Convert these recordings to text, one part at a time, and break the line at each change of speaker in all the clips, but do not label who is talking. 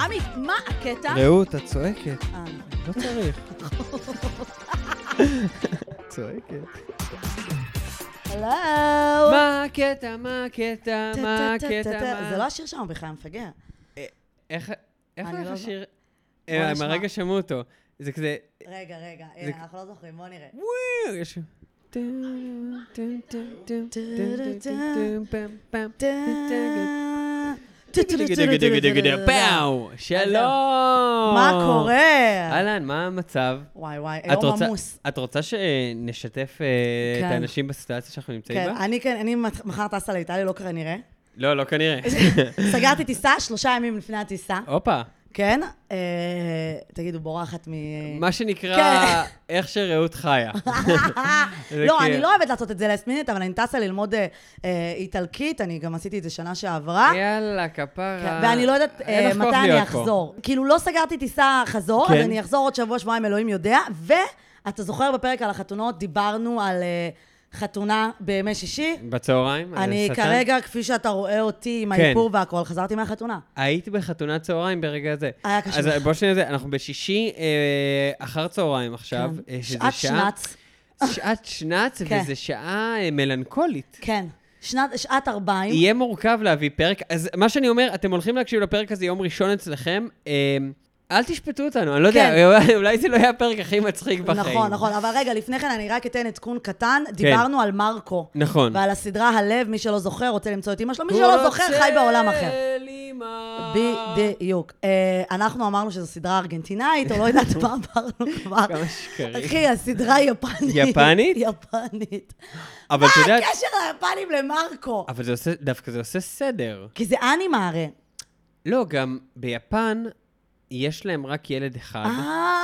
עמי, מה הקטע?
רעות, את צועקת.
אה, נכון.
לא צריך. צועקת.
הלו!
מה הקטע, מה הקטע, מה הקטע, מה...
זה לא השיר שם בכלל, מפגר.
איך איך
אני
הולך
לא
השיר?
בוא
אה,
נשמע.
הם הרגע שמעו אותו. זה כזה...
רגע, רגע,
זה-
הנה, אנחנו לא זוכרים, בוא נראה.
וואו, יש... פאו, שלום!
מה קורה?
אהלן, מה המצב?
וואי וואי,
את
היום
רוצה-
עמוס.
את רוצה שנשתף אה,
כן.
את האנשים בסיטואציה שאנחנו נמצאים
כן,
בה?
אני כן, אני מת- מחר טסה לאיטליה, לא כנראה נראה.
לא, לא כנראה.
סגרתי טיסה שלושה ימים לפני הטיסה,
הופה.
כן? אה, תגידו, בורחת מ...
מה שנקרא,
כן.
איך שרעות חיה. זה
לא,
כאילו-
אני לא אוהבת לעשות את זה last minute, אבל אני טסה ללמוד אה, אה, איטלקית, אני גם עשיתי את זה שנה שעברה.
יאללה, כפרה.
אה? כן, ואני לא יודעת
אין
אה,
לך כוח
מתי אני
להיות פה.
אחזור. כאילו, לא סגרתי טיסה חזור, אז
כן.
אני אחזור עוד שבוע, שבועיים, אלוהים יודע. ואתה זוכר בפרק על החתונות, דיברנו על אה, חתונה בימי שישי.
בצהריים? אה,
אני
השטן?
כרגע, כפי שאתה רואה אותי עם
כן.
האיפור והכול, חזרתי מהחתונה.
היית בחתונת צהריים ברגע הזה.
היה קשה
אז אה,
לך.
בוא שניה, זה, אנחנו בשישי אה, אחר צהריים עכשיו,
כן.
אה, שזה
שעת
שעה...
שנץ.
שעת שנץ,
כן.
וזו שעה אה, מלנכולית.
כן. שנת- שעת ארבעים.
יהיה מורכב להביא פרק, אז מה שאני אומר, אתם הולכים להקשיב לפרק הזה יום ראשון אצלכם, אה, אל תשפטו אותנו, אני לא
כן.
יודע, אולי- אולי זה לא יהיה הפרק הכי מצחיק בחיים.
נכון, נכון. אבל רגע, לפני כן אני רק אתן עדכון קטן.
כן.
דיברנו על מרקו.
נכון.
ועל הסדרה הלב, מי שלא זוכר, רוצה למצוא את אימא שלו, מי שלא זוכר, חי בעולם אחר.
רוצה לימה.
בדיוק. אה, אנחנו אמרנו שזו סדרה ארגנטינאית, או לא יודעת מה אמרנו כבר.
כמה שקרים.
אחי, הסדרה היא יפנית.
יפנית?
יפנית. אה,
אבל את יודעת,
הקשר היפנים למרקו.
אבל זה עושה, דווקא זה עושה סדר.
כי זה אנימה הרי.
לא, גם ביפן יש להם רק ילד אחד, אה.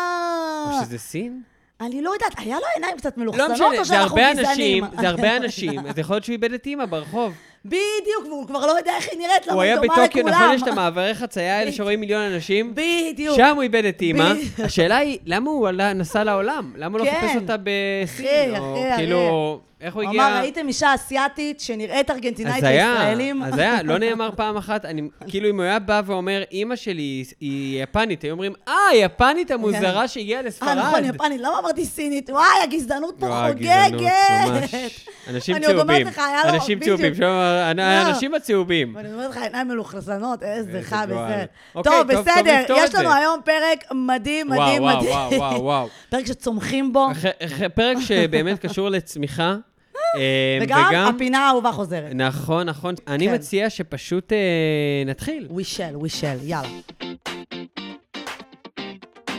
או
אה,
שזה סין?
אני לא יודעת, היה לו עיניים קצת
לא
מלוכסנות,
משנה,
או
זה
שאנחנו
הרבה אנשים,
גזענים?
זה הרבה אנשים, אז יכול להיות שהוא איבד את אימא ברחוב.
בדיוק, והוא כבר לא יודע איך היא נראית,
הוא
למה היא
היה
דומה
בטוקיו, נכון, יש את
לכולם.
המעברי חצייה האלה שרואים מיליון אנשים?
בדיוק.
שם הוא איבד את אימא.
בדיוק.
השאלה היא, למה הוא עלה- נסע לעולם? למה הוא לא
כן.
חיפש אותה בסין?
אחי,
או
אחי,
כאילו, איך הוא
הוא
הגיע...
אמר, ראיתם אישה אסיאתית שנראית ארגנטינאית
הזיה,
לישראלים?
הזיה, לא נאמר פעם אחת, אני, כאילו אם הוא היה בא ואומר, אימא שלי היא- היא יפנית, היו אומרים, אה, היפנית המוזרה שהגיעה לספרד.
כן. אה, נכון, יפנית, למה אמרתי סינית? וואי, הגזענות פה
וואי,
חוגגת.
לא, גזענות, ממש. אנשים
אני עוד אומרת
צהובים.
לך, היה לו-
אנשים
בדיוק.
צהובים, שם, האנשים הצהובים.
ואני אומרת לך, עיניים מלוכלכנות, איזה
איזה
חם,
גועל.
איזה...
אוקיי,
טוב,
טוב, טוב
בסדר,
לפתור
יש
את
לנו
זה.
היום פרק מדהים,
וואו,
מדהים,
וואו,
מדהים.
וואו, וואו, וואו.
פרק שצומחים בו,
אחרי- אחרי פרק שבאמת קשור לצמיחה. אה,
וגם הפינה האהובה חוזרת.
נכון, נכון. אני
כן.
מציע שפשוט אה, נתחיל.
We shall, we shall, יאללה.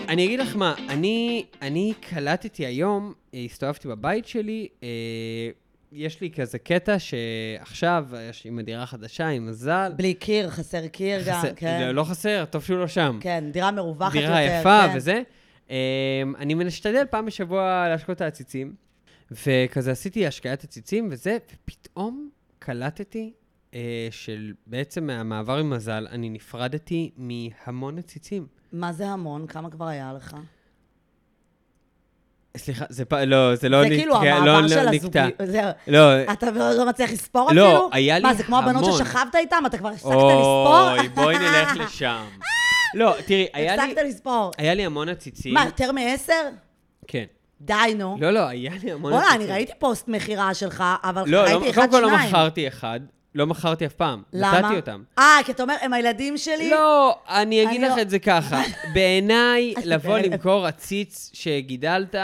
אני אגיד לך מה, אני, אני קלטתי היום, אה, הסתובבתי בבית שלי, אה, יש לי כזה קטע שעכשיו, יש לי מדירה חדשה עם מזל.
בלי קיר, חסר קיר גם,
חסר-
כן.
לא- לא חסר, טוב שהוא לא שם.
כן, דירה מרווחת יותר.
דירה יפה
כן.
וזה. אה, אני משתדל פעם בשבוע להשקות את העציצים, וכזה עשיתי השקיית עציצים וזה, ופתאום קלטתי אה, של בעצם מהמעבר עם מזל, אני נפרדתי מהמון עציצים.
מה זה המון? כמה כבר היה לך?
סליחה, זה פ... לא, זה לא
זה כאילו
נקטע-
המעבר
לא,
של
לא,
הזוגיות.
נקטע.
זהו.
לא,
אתה לא מצליח לספור אפילו?
לא, היה
מה,
לי
זה כמו הבנות
המון.
ששכבת איתם? אתה כבר הפסקת לספור?
אוי, בואי נלך לשם. לא, תראי, היה לי-
הפסקת לספור.
היה לי המון עציצים.
מה, יותר מעשר?
כן.
די, נו.
לא, לא, היה לי המון
בוא'נה,
עציצים.
אני ראיתי פוסט מכירה שלך, אבל
לא, לא,
ראיתי אחד,
קודם
שניים.
כל לא מכרתי אחד, לא מכרתי אף פעם.
למה?
נתתי אותם.
אה, כי אתה אומר, הם הילדים שלי?
לא, אני אגיד
אני
לך
לא-
את זה ככה. בעיניי,
אני
לבוא
בהלם.
למכור עציץ שגידלת,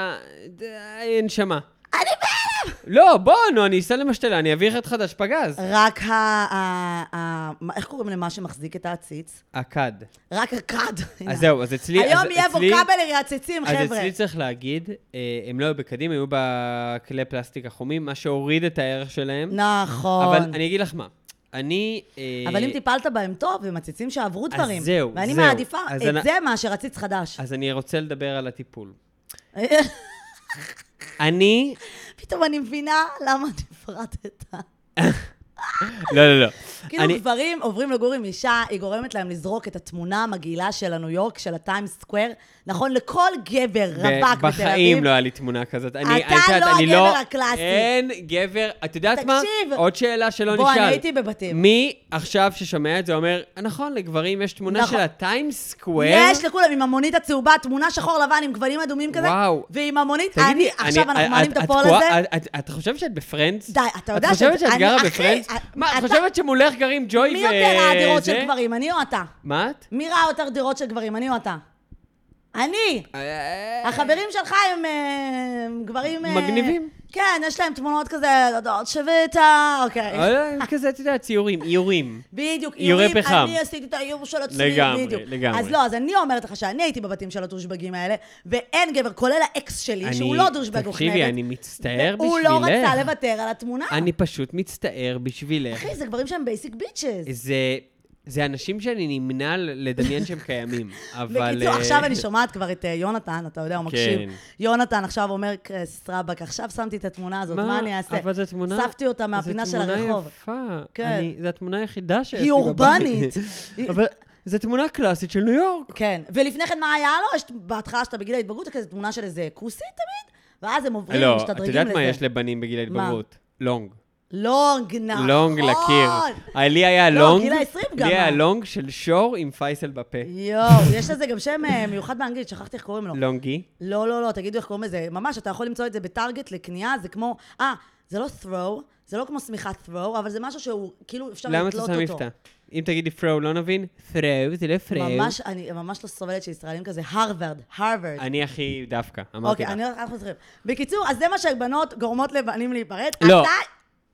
די, אין שמה. אני בהלם! לא, בוא, נו, אני אסע למשתלה, אני אביא אחד חדש פגז.
רק ה... ה- ה- מה- איך קוראים למה שמחזיק את העציץ?
הכד.
רק הכד. הנה.
אז זהו, אז אצלי... אז
אה, היום יהיה
אצלי-
ווקאבלרי עציצים,
אז
חבר'ה.
אצלי צריך להגיד, אה, הם לא היו בקדים, היו בכלי פלסטיק החומים, מה שהוריד את הערך שלהם.
נכון.
אבל אני אגיד לך מה, אני... אה,
אבל אם טיפלת בהם טוב, הם עציצים שעברו דברים.
זהו,
ואני
זהו.
מעדיפה
אז
את
אני-
זה מאשר עציץ חדש.
אז אני רוצה לדבר על הטיפול. אני...
פתאום אני מבינה למה נפרדת.
לא, לא, לא.
כאילו
אני-
גברים עוברים לגור עם אישה, היא גורמת להם לזרוק את התמונה המגעילה של הניו יורק, של הטיים סקוואר, נכון לכל גבר
ב-
רווק בתל אביב.
בחיים לא היה לי תמונה כזאת. אני-
אתה
את יודעת,
לא
אני
הגבר הקלאסי.
אין גבר, את יודעת מה?
תקשיב.
עוד שאלה שלא לא נשאל.
בוא, אני הייתי בבתים.
מי עכשיו ששומע את זה אומר, נכון, לגברים יש תמונה
נכון.
של הטיים סקוואר?
יש לכולם עם המונית הצהובה, תמונה שחור לבן עם גוונים אדומים כזה,
וואו.
ועם המונית,
תגידי,
אני, עכשיו אנחנו
את-
מעלים את הפועל
תקועה-
הזה,
את- את- את חושבת שאת בפרנדס?
די, אתה יודע
את חושבת
שאת-
שאת
אני-
גרה
אחי,
בפרנדס?
את-
מה, את
אתה-
חושבת שמולך גרים ג'וי ו...
מי יותר ראה דירות
זה?
של גברים, אני או אתה?
מה את?
מי ראה יותר דירות של גברים, אני או אתה? אני! החברים שלך הם, אה, הם גברים... אה,
מגניבים.
כן, יש להם תמונות כזה, לא יודעת, שביתה, אוקיי.
אה, כזה, את יודעת, ציורים, איורים.
בדיוק,
איורי
איורים,
פחם.
אני עשיתי את האיור של עצמי,
לגמרי,
בדיוק.
לגמרי.
אז לא, אז אני אומרת לך שאני הייתי בבתים של הדושבגים האלה, ואין גבר, כולל האקס שלי, שהוא
אני-
לא דושבג, הוא
תקשיבי,
חנבת,
אני מצטער
הוא לא
בשבילך.
רצה לוותר על התמונה.
אני פשוט מצטער בשבילך.
אחי, זה גברים שהם בייסיק ביצ'ס.
זה... זה אנשים שאני נמנע לדמיין שהם קיימים, אבל...
בקיצור,
אה,
עכשיו אני שומעת כבר את אה, יונתן, אתה יודע, הוא מקשיב.
כן.
יונתן עכשיו אומר, "כס, רבאק, עכשיו שמתי את התמונה הזאת,
מה?
מה אני אעשה?
אבל זו תמונה...
אספתי אותה
זו
מהפינה של
תמונה
הרחוב.
יפה.
כן.
אני- זו התמונה היחידה שיש לי
היא אורבנית. היא-
אבל זו תמונה קלאסית של ניו יורק.
כן, ולפני כן מה היה לו? יש, בהתחלה שאתה בגיל ההתבגרות, זה כזה תמונה של איזה כוסית תמיד, ואז הם עוברים,
לא,
משתדרגים
את
לזה.
יודעת מה יש לבנים בגיל
מה?
ההתבגרות? לונג.
לונג, נכון.
לונג לקיר. אה, לי היה
לא,
לונג.
גיל העשרים גם,
לי היה
אה.
לונג של שור עם פייסל בפה.
יואו, יש לזה גם שם אה, מיוחד באנגלית, שכחתי איך קוראים לו.
לונגי.
לא, לא, לא, תגידו איך קוראים לזה. ממש, אתה יכול למצוא את זה בטארגט לקנייה, זה כמו... אה, זה לא throw, זה לא כמו שמיכת throw, אבל זה משהו שהוא, כאילו, אפשר
למה
לתלות
את
אותו.
עושה מבטא? אם תגידי פרו, לא נבין? פרו, זה לא פרו.
ממש, אני ממש לא סובלת שישראלים כזה, הרווארד, הרווארד.
אני הכי דווקא, אמרתי
אוקיי,
לך.
אני הולכת, אנחנו צריכים. בקיצור, אז זה מה שבנות גורמות לבנים להיפרד.
לא.
אתה-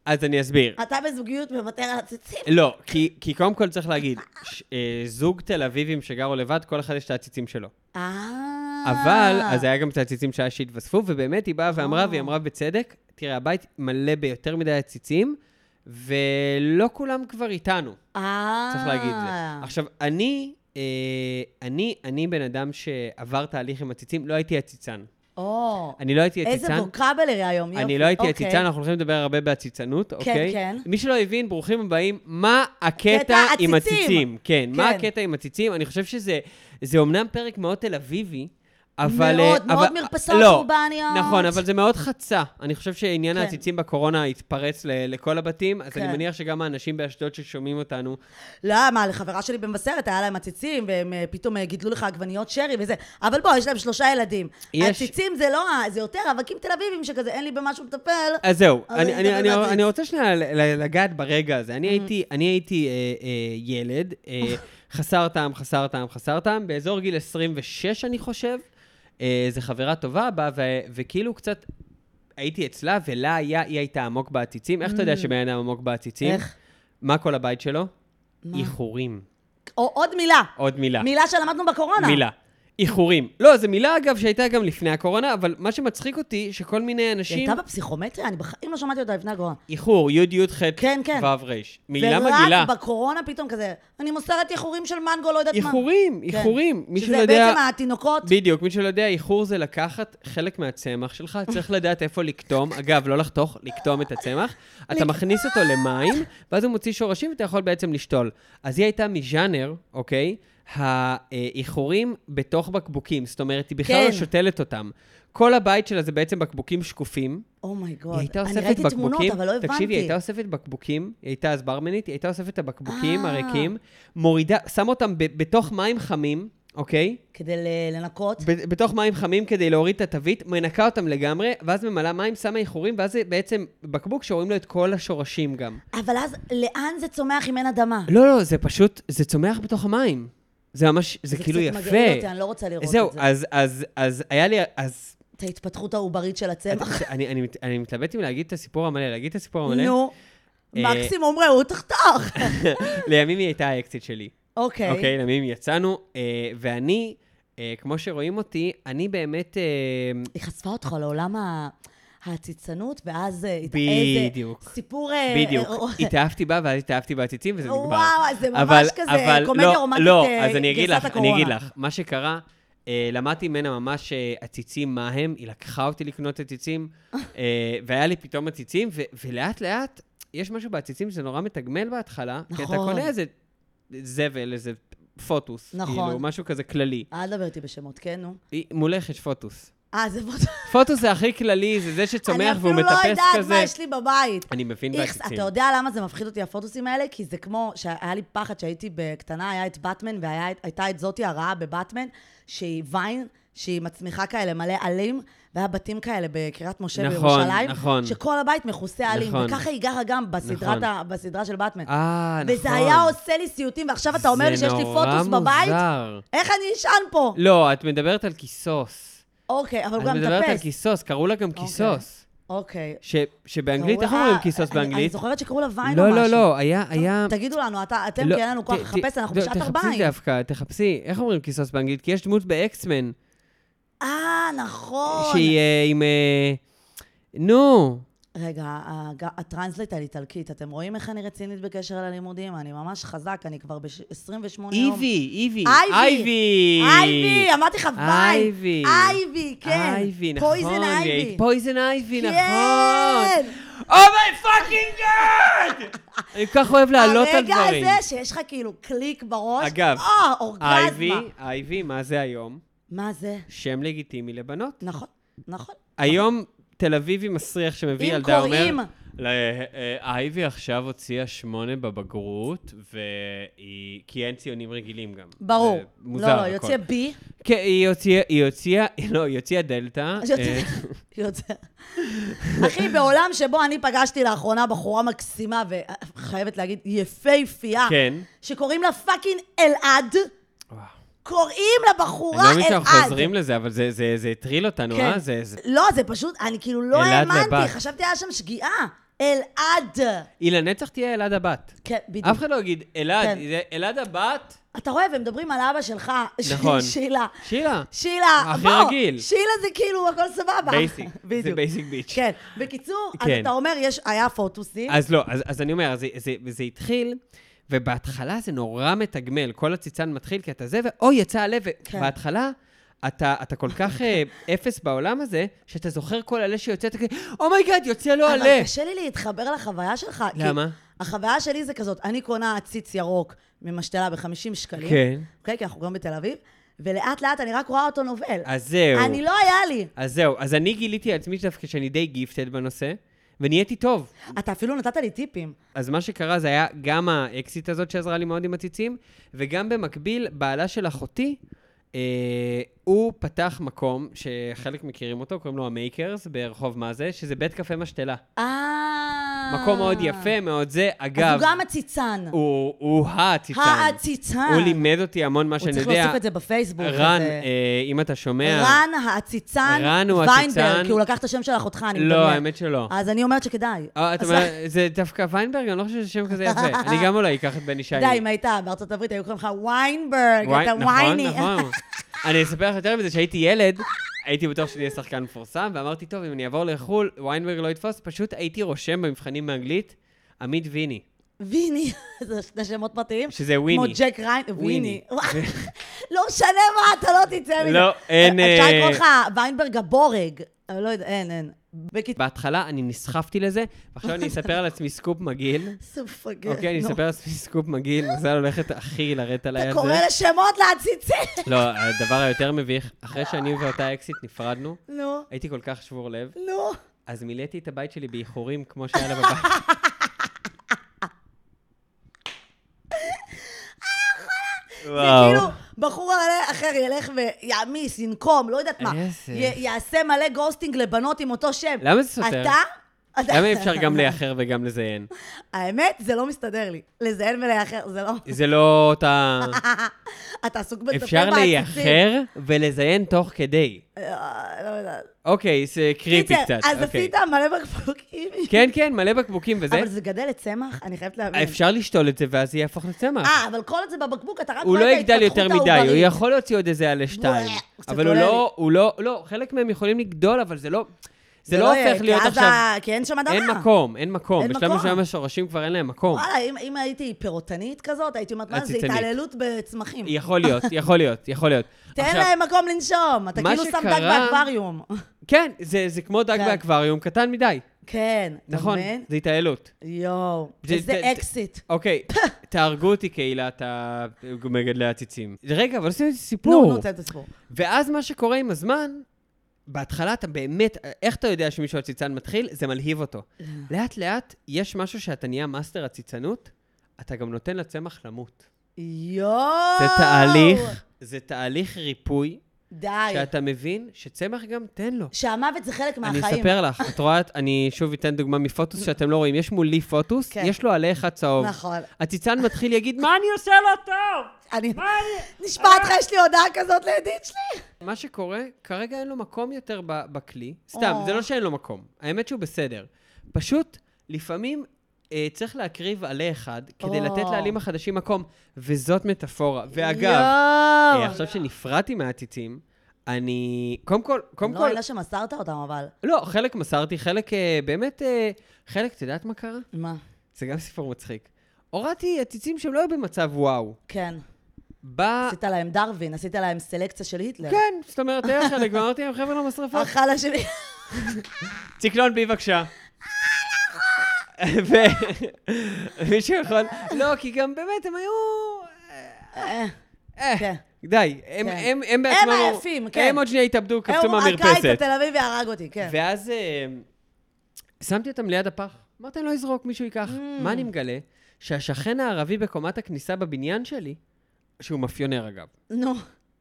אז אני אסביר.
אתה בזוגיות מוותר על הציצים.
לא, כי, כי קודם כל צריך להגיד, ש, אה, זוג תל אביבים שגרו לבד, כל אחד יש את העציצים שלו.
אה.
אבל, אז היה גם את העציצים שהיה שהתווספו, ובאמת היא באה ואמרה,
אה.
והיא אמרה בצדק, תראה, הבית מלא ביותר מדי עציצים, ולא כולם כבר איתנו,
אה.
צריך להגיד את זה. עכשיו, אני, אה, אני, אני בן אדם שעבר תהליך עם עציצים, לא הייתי עציצן.
או.
אני לא הייתי
איזה
עציצן.
ווקאבלרי היום, יופי.
אני לא הייתי
אוקיי.
עציצן, אנחנו הולכים לדבר הרבה בעציצנות, אוקיי?
כן.
מי שלא הבין, ברוכים הבאים, מה
קטע
הקטע עם
עציצים.
עציצים? כן, מה
כן.
הקטע עם עציצים? אני חושב שזה, זה אומנם פרק מאוד תל אביבי, אבל...
מאוד,
אבל-
מאוד מרפסות
לא,
אורבניות.
נכון, אבל זה מאוד חצה. אני חושב שעניין
כן.
העציצים בקורונה התפרץ ל- לכל הבתים, אז אני
כן.
מניח שגם האנשים באשדוד ששומעים אותנו,
לא, מה, לחברה שלי במבשרת היה להם עציצים, והם אה, פתאום אה, גידלו לך עגבניות שרי וזה. אבל בוא, יש להם שלושה ילדים.
יש-
עציצים זה לא, ה- זה יותר רווקים תל אביבים שכזה, אין לי במשהו לטפל.
אז זהו,
אבל
אני,
זה
אני,
דבר
אני,
מעציץ.
אני רוצה שנייה ל- ל- לגעת ברגע הזה. אני הייתי, אני הייתי אה, אה, ילד, אה, חסר טעם, חסר טעם, חסר טעם, באזור גיל 26, אני חושב. אה, זו חברה טובה, באה ו- וכאילו קצת הייתי אצלה, ולה היה, היא הייתה עמוק בעציצים. איך אתה יודע שבן אדם עמוק בעציצים?
Mm. איך?
מה כל הבית שלו? איחורים.
או עוד מילה.
עוד מילה.
מילה שלמדנו בקורונה.
מילה. איחורים. לא, זו מילה, אגב, שהייתה גם לפני הקורונה, אבל מה שמצחיק אותי, שכל מיני
היא
אנשים...
הייתה בפסיכומטריה? אני בחיים לא שמעתי אותה לפני הקורונה.
איחור, י' י' ח'
כן, כן.
ו' ר'. מילה מגעילה.
ורק בקורונה פתאום כזה, אני מוסרת איחורים של מנגו, לא יודעת מה.
איחורים,
כן.
איחורים. מישהו לא
שזה
יודע...
בעצם התינוקות.
בדיוק, מישהו לא יודע, איחור זה לקחת חלק מהצמח שלך, צריך לדעת איפה לקטום. אגב, לא לחתוך, לקטום את הצמח. אתה מכניס אותו למים, ואז הוא מוציא שורשים ואתה יכול בעצם לשתול. אז היא הייתה מז'אנר, אוקיי? האיחורים בתוך בקבוקים, זאת אומרת, היא בכלל לא
כן.
שותלת אותם. כל הבית שלה זה בעצם בקבוקים שקופים.
אומייגוד.
היא הייתה
Oh אני
אוספת
ראיתי תמונות,
בקבוקים,
אבל לא הבנתי.
תקשיבי, היא הייתה אוספת בקבוקים, היא הייתה אז ברמנית, היא הייתה אוספת את הבקבוקים
אה.
הריקים, מורידה, שמה אותם ב- בתוך מים חמים, אוקיי?
כדי ל- לנקות.
ב- בתוך מים חמים כדי להוריד את התווית, מנקה אותם לגמרי, ואז ממלאה מים, שמה איחורים, ואז זה בעצם בקבוק שרואים לו את כל השורשים גם.
אבל אז, לאן זה צומח אם אין אדמה?
לא, לא, זה פשוט, זה צומח בתוך המים. זה ממש, זה כאילו
זה
יפה.
קצת מגעיל אותי, אני לא רוצה לראות
זהו,
את זה.
אז, אז, אז היה לי, אז...
את ההתפתחות העוברית של הצמח.
אני, אני, מת- אני מתלבט אם להגיד את הסיפור המלא, להגיד את הסיפור המלא.
נו,
אה,
מקסימום רעות תחתוך.
לימים היא הייתה האקסיט שלי.
אוקיי.
אוקיי, לימים יצאנו, אה, ואני, אה, כמו שרואים אותי, אני באמת... אה,
היא חשפה אותך לעולם ה- העציצנות, ואז אה, הת-
בדיוק.
איזה סיפור... אה,
בדיוק,
אה, אה,
התאהבתי בה ואז התאהבתי בעציצים וזה נגמר.
וואו, זה ממש כזה קומדיה
לא,
רומנטית,
לא,
אה,
אז אני אגיד
גרסת
לך, אני
הקורונה.
אגיד לך, מה שקרה, אה, למדתי ממנה ממש אה, עציצים מה הם, היא לקחה אותי לקנות עציצים, אה, והיה לי פתאום עציצים, ו- ולאט לאט יש משהו בעציצים שזה נורא מתגמל בהתחלה, כי אתה
נכון.
קונה איזה זבל, איזה פוטוס,
נכון.
כאילו, משהו כזה כללי.
אל תדבר איתי בשמות, כן, נו.
היא- מולך יש פוטוס.
אה, זה בוט...
פוטוס זה הכי כללי, זה זה שצומח והוא מטפס כזה.
אני אפילו לא יודעת מה יש לי בבית.
אני מבין
איכס,
בעציצים.
אתה יודע למה זה מפחיד אותי, הפוטוסים האלה? כי זה כמו, שהיה לי פחד שהייתי בקטנה, היה את באטמן, והייתה את זאתי הרעה בבאטמן, שהיא ויין, שהיא מצמיחה כאלה מלא עלים, והיה בתים כאלה בקריית משה
נכון,
בירושלים,
נכון.
שכל הבית מכוסה עלים,
נכון.
וככה היא גרה גם בסדרת
נכון.
ה- בסדרה של באטמן.
אה, נכון.
וזה היה עושה לי סיוטים, ועכשיו אתה אומר לי שיש לי פוטוס
זה
בבית?
נורא מוזר.
איך אני אשן פה?
לא, את מדברת על כיסוס.
אוקיי, אבל הוא
את
גם
מדברת על
מטפס.
כיסוס, קראו לה גם כיסוס.
אוקיי.
ש- שבאנגלית, איך
אה,
אומרים כיסוס
אני- אני
באנגלית?
זוכרת שקראו לה ויין או
לא,
משהו.
לא, לא, היה, היה...
תגידו לנו, אתה- אתם,
לא,
כי אין לנו כוח
ת- ת-
לחפש, אנחנו
לא,
בשעת
תחפשי
ארבעיים.
דווקא, תחפשי. איך אומרים כיסוס באנגלית? כי יש דמות באקסמן,
אה, נכון.
שהיא אה, עם... אה, נו,
רגע, הג- הטרנסלייט על איטלקית, אתם רואים איך אני רצינית בקשר ללימודים? אני ממש חזק, אני כבר ב-28 יום.
איבי, איבי.
אייבי.
אייבי.
אייבי, אמרתי לך ויין.
אייבי.
אייבי, כן.
אייבי, נכון.
פויזן אייבי.
פויזן אייבי, נכון.
כן.
אומי פאקינג גאד! אני כל כך אוהב לעלות על
הרגע
דברים.
הזה שיש לך כאילו קליק בראש.
אגב,
אה, אורגזמה.
אייבי, אייבי, מה זה היום?
מה זה?
שם לגיטימי לבנות.
נכון, נכון.
היום תל אביבי מסריח שמביא
אם
ילדה אומר...
קוראים.
ל- אה, אייבי עכשיו הוציאה שמונה בבגרות, והיא... כי אין ציונים רגילים גם.
ברור.
זה מוזר
לא, לא,
הכל.
יוצא בי.
כן, היא הוציאה, היא הוציאה, לא, היא הוציאה דלתא.
אז יוצא-
אה,
יוצא. אחי, בעולם שבו אני פגשתי לאחרונה בחורה מקסימה, וחייבת להגיד, יפייפייה,
כן.
שקוראים לה פאקינג אלעד,
וואו.
קוראים
אני
לבחורה
לא
אלעד.
מבין שאנחנו חוזרים לזה, אבל זה- זה זה הטריל אותנו,
כן.
אה? זה... זה-
לא, זה פשוט, אני כאילו לא
אלעד
האמנתי,
לבת.
חשבתי היה שם שגיאה. אלעד.
היא לנצח תהיה אלעד הבת.
כן,
אף
בדיוק.
אחד לא יגיד, אלעד,
כן.
זה אלעד הבת?
אתה רואה, ומדברים על אבא שלך,
נכון.
שילה.
שילה.
שילה,
הכי
בוא,
רגיל.
שילה זה כאילו, הכל סבבה.
בייסיק. זה
בדיוק.
בייסיק ביץ'.
כן. בקיצור, אז
כן.
אתה אומר, יש, היה פוטוסים.
אז לא, אז, אז אני אומר, זה, זה, זה התחיל, ובהתחלה זה נורא מתגמל. כל הציצן מתחיל כי אתה זה, ואוי, יצא הלב.
כן.
כן. בהתחלה, אתה, אתה כל כך אה, אפס בעולם הזה, שאתה זוכר כל עלה שיוצא, אתה כזה, אומייגאד, יוצא לו עלה.
אבל קשה לי להתחבר לחוויה שלך. כי
לא, למה?
החוויה שלי זה כזאת, אני קונה עציץ ירוק ממשתלה ב-50 שקלים.
כן.
אוקיי? כי אנחנו גם בתל אביב, ולאט לאט אני רק רואה אותו נובל.
אז אה, זהו.
אני לא היה לי.
אז זהו, אז אני גיליתי על עצמי דווקא שאני די גיפטד בנושא, ונהייתי טוב.
אתה אפילו נתת לי טיפים.
אז מה שקרה זה היה גם האקסיט הזאת שעזרה לי מאוד עם הציצים, וגם במקביל, בעלה של אחותי, אה, הוא פתח מקום שחלק מכירים אותו, קוראים לו המייקרס, ברחוב מה זה, שזה בית קפה משתלה.
אה...
מקום מאוד יפה, מאוד זה. אגב,
אז הוא גם עציצן.
הוא, הוא העציצן.
העציצן.
הוא לימד אותי המון מה
הוא
שאני
צריך
יודע.
להוסיף את זה בפייסבוק.
רן,
כזה.
אה, אם אתה שומע...
רן העציצן
רן הוא
ויינברג,
עציצן.
כי הוא לקח את השם של אחותך, אני
לא,
מדמיינת.
האמת שלא.
אז אני אומרת שכדאי.
אה, אתה
אז-
אומר, זה דווקא ויינברג, אני לא חושב שזה שם כזה יפה. אני גם אולי אקח את בן ישי.
די, אם היית בארצות הברית, היו קוראים לך ויינברג,
וואי,
אתה וייני.
נכון, נכון. אני אספר לך יותר מזה, שהייתי ילד, הייתי בטוח שאני אהיה שחקן מפורסם, ואמרתי, טוב, אם אני אעבור לחו"ל, ויינברג לא יתפוס, פשוט הייתי רושם במבחנים באנגלית, עמית ויני,
ויני, זה שני שמות פרטיים.
שזה
כמו
וויני.
ג'ק ריין, וויני.
וויני.
לא משנה מה, אתה לא תצא מזה.
לא, אין...
אפשר
אה,
לקרוא לך ויינברג הבורג. אבל לא יודע, אין, אין. בקיצור,
בהתחלה אני נסחפתי לזה, ועכשיו אני אספר על עצמי סקופ מגעיל.
סופגר.
אוקיי, אני
כן, נו.
אספר על עצמי סקופ מגעיל, מזל הולכת הכי לרדת עליי
אתה
על
קורא
זה.
לשמות להציצים.
לא, הדבר היותר מביך, אחרי שאני ואותה אקסיט נפרדנו,
נו,
הייתי כל כך שבור לב,
נו.
אז מילאתי את הבית שלי באיחורים כמו שהיה לה בבית.
זה כאילו, בחור עלה- אחר ילך ויעמיס, ינקום, לא יודעת מה.
איזה-
י- יעשה מלא גוסטינג לבנות עם אותו שם.
למה זה סותר?
אתה? אתה-
למה אי אפשר גם לאחר וגם לזיין?
האמת, זה לא מסתדר לי. לזיין ולאחר, זה לא...
זה לא אותה...
אתה עסוק בטפל
אפשר
בעציצים.
לייחר ולזיין תוך כדי.
אה, לא יודעת.
אוקיי, זה קריפי
קיצר,
קצת.
אז
אוקיי.
עשית מלא בקבוקים.
כן, כן, מלא בקבוקים וזה.
אבל זה גדל לצמח, אני חייבת להבין.
אפשר לשתול את זה ואז זה יהפוך לצמח.
אה, אבל כל עוד זה בבקבוק, אתה רק
הוא
רואה
לא
את
יגדל יותר
ההתפתחות
מדי, הוא
העוברית.
יכול להוציא עוד איזה עלה שתיים.
בואי, קצת
אבל הוא
עולה
לא, הוא לא, לא, חלק מהם יכולים לגדול, אבל זה לא, זה לא
יהיה,
הופך להיות
כי אז
עכשיו,
ה- כי אין שם אדמה.
אין מקום, אין מקום.
אין
בשלב
מקום.
מסוים השורשים כבר אין להם מקום.
וואלה, אם- אם הייתי פירוטנית כזאת, הייתי אומרת, מה זה
עציצנית.
התעללות בצמחים.
יכול להיות, יכול להיות, יכול להיות.
תן
עכשיו-
להם מקום לנשום, אתה
מה
כאילו שם דג
שקרה-
באקווריום.
כן, זה, זה כמו דג
כן.
באקווריום קטן מדי.
כן, אתה
נכון,
מבין?
זה התעללות.
יואו,
זה-
איזה
זה-
אקזיט.
אוקיי, תהרגו אותי קהילת המגדלי העציצים. רגע, אבל עושים את
נו,
סיפור.
נו, תן את הסיפור.
ואז מה שקורה עם הזמן, בהתחלה אתה באמת, איך אתה יודע שמישהו עציצן מתחיל? זה מלהיב אותו. לאט לאט יש משהו שאתה נהיה מאסטר עציצנות, אתה גם נותן לצמח למות.
יואו!
זה תהליך, זה תהליך ריפוי,
די.
שאתה מבין שצמח גם תן לו.
שהמוות זה חלק
אני
מהחיים.
אספר לך, את רואה, אני שוב אתן דוגמה מפוטוס שאתם לא רואים. יש מולי פוטוס,
כן.
יש לו עלה אחד צהוב.
נכון.
הציצן מתחיל יגיד, מה אני עושה לא טוב?
אני...
מה אני... אה.
נשבעת לך, יש לי הודעה כזאת לידית שלי?
מה שקורה, כרגע אין לו מקום יותר ב- בכלי. סתם,
או.
זה לא שאין לו מקום. האמת שהוא בסדר. פשוט, לפעמים אה, צריך להקריב עלה אחד כדי
או.
לתת לעלים החדשים מקום, וזאת מטאפורה. ואגב, אה,
יואו!
עכשיו שנפרדתי מהעציצים, אני... קודם כל, קודם
לא
כל...
אלה שמסרת אותם, אבל.
לא, חלק מסרתי, חלק אה, באמת... אה, חלק, את יודעת מה קרה?
מה?
זה גם סיפור מצחיק. הורדתי עציצים שהם לא היו במצב וואו.
כן.
בא...
עשית להם דרווין, עשית להם סלקציה של היטלר.
כן, זאת אומרת, היה חלק, ואמרתי להם, חבר'ה, לא משרפה.
החלה שלי.
ציקלון בי, בבקשה. אה, נכון. ו- מישהו יכול... לא, כי גם באמת, הם היו...
אה,
אה,
כן.
די, הם-
כן.
הם הם בעצמם... אמרו-
עייפים, כן.
הם עוד שנייה התאבדו, קפצו
היום הקיץ
מהמרפסת.
התל אביבי הרג אותי, כן.
ואז אה, שמתי אותם ליד הפח. אמרתי, אני לא אזרוק, מישהו ייקח.
Mm.
מה אני מגלה? שהשכן הערבי בקומת הכניסה בבניין שלי, שהוא מאפיונר אגב,
נו.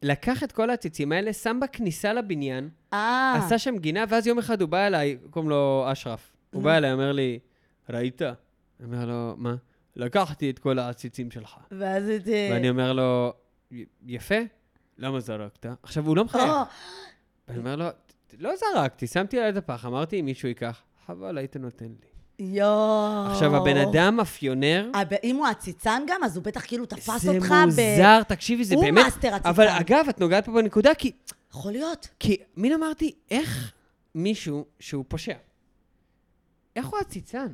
לקח את כל העציצים האלה, שם בכניסה לבניין,
אה.
עשה שם גינה, ואז יום אחד הוא בא אליי, קוראים לו אשרף. הוא
אה.
בא אליי, אומר לי, ראית? אני אומר לו, מה? לקחתי את כל העציצים שלך.
ואז הייתי...
ואני אומר לו, "י- יפה? למה זרקת? עכשיו, הוא לא מחייך.
או,
ואני אומר לו, לא זרקתי, שמתי ליד הפח, אמרתי, אם מישהו ייקח, חבל, היית נותן לי.
יואו.
עכשיו, הבן אדם מאפיונר,
אבל אם הוא עציצן גם, אז הוא בטח כאילו אה, תפס
זה
אותך ב...
מוזר, תקשיבי, זה
הוא
באמת...
מאסטר עציצן.
אבל אגב, את נוגעת פה בנקודה, כי-
יכול להיות.
כי מין אמרתי, איך מישהו שהוא פושע, איך הוא עציצן?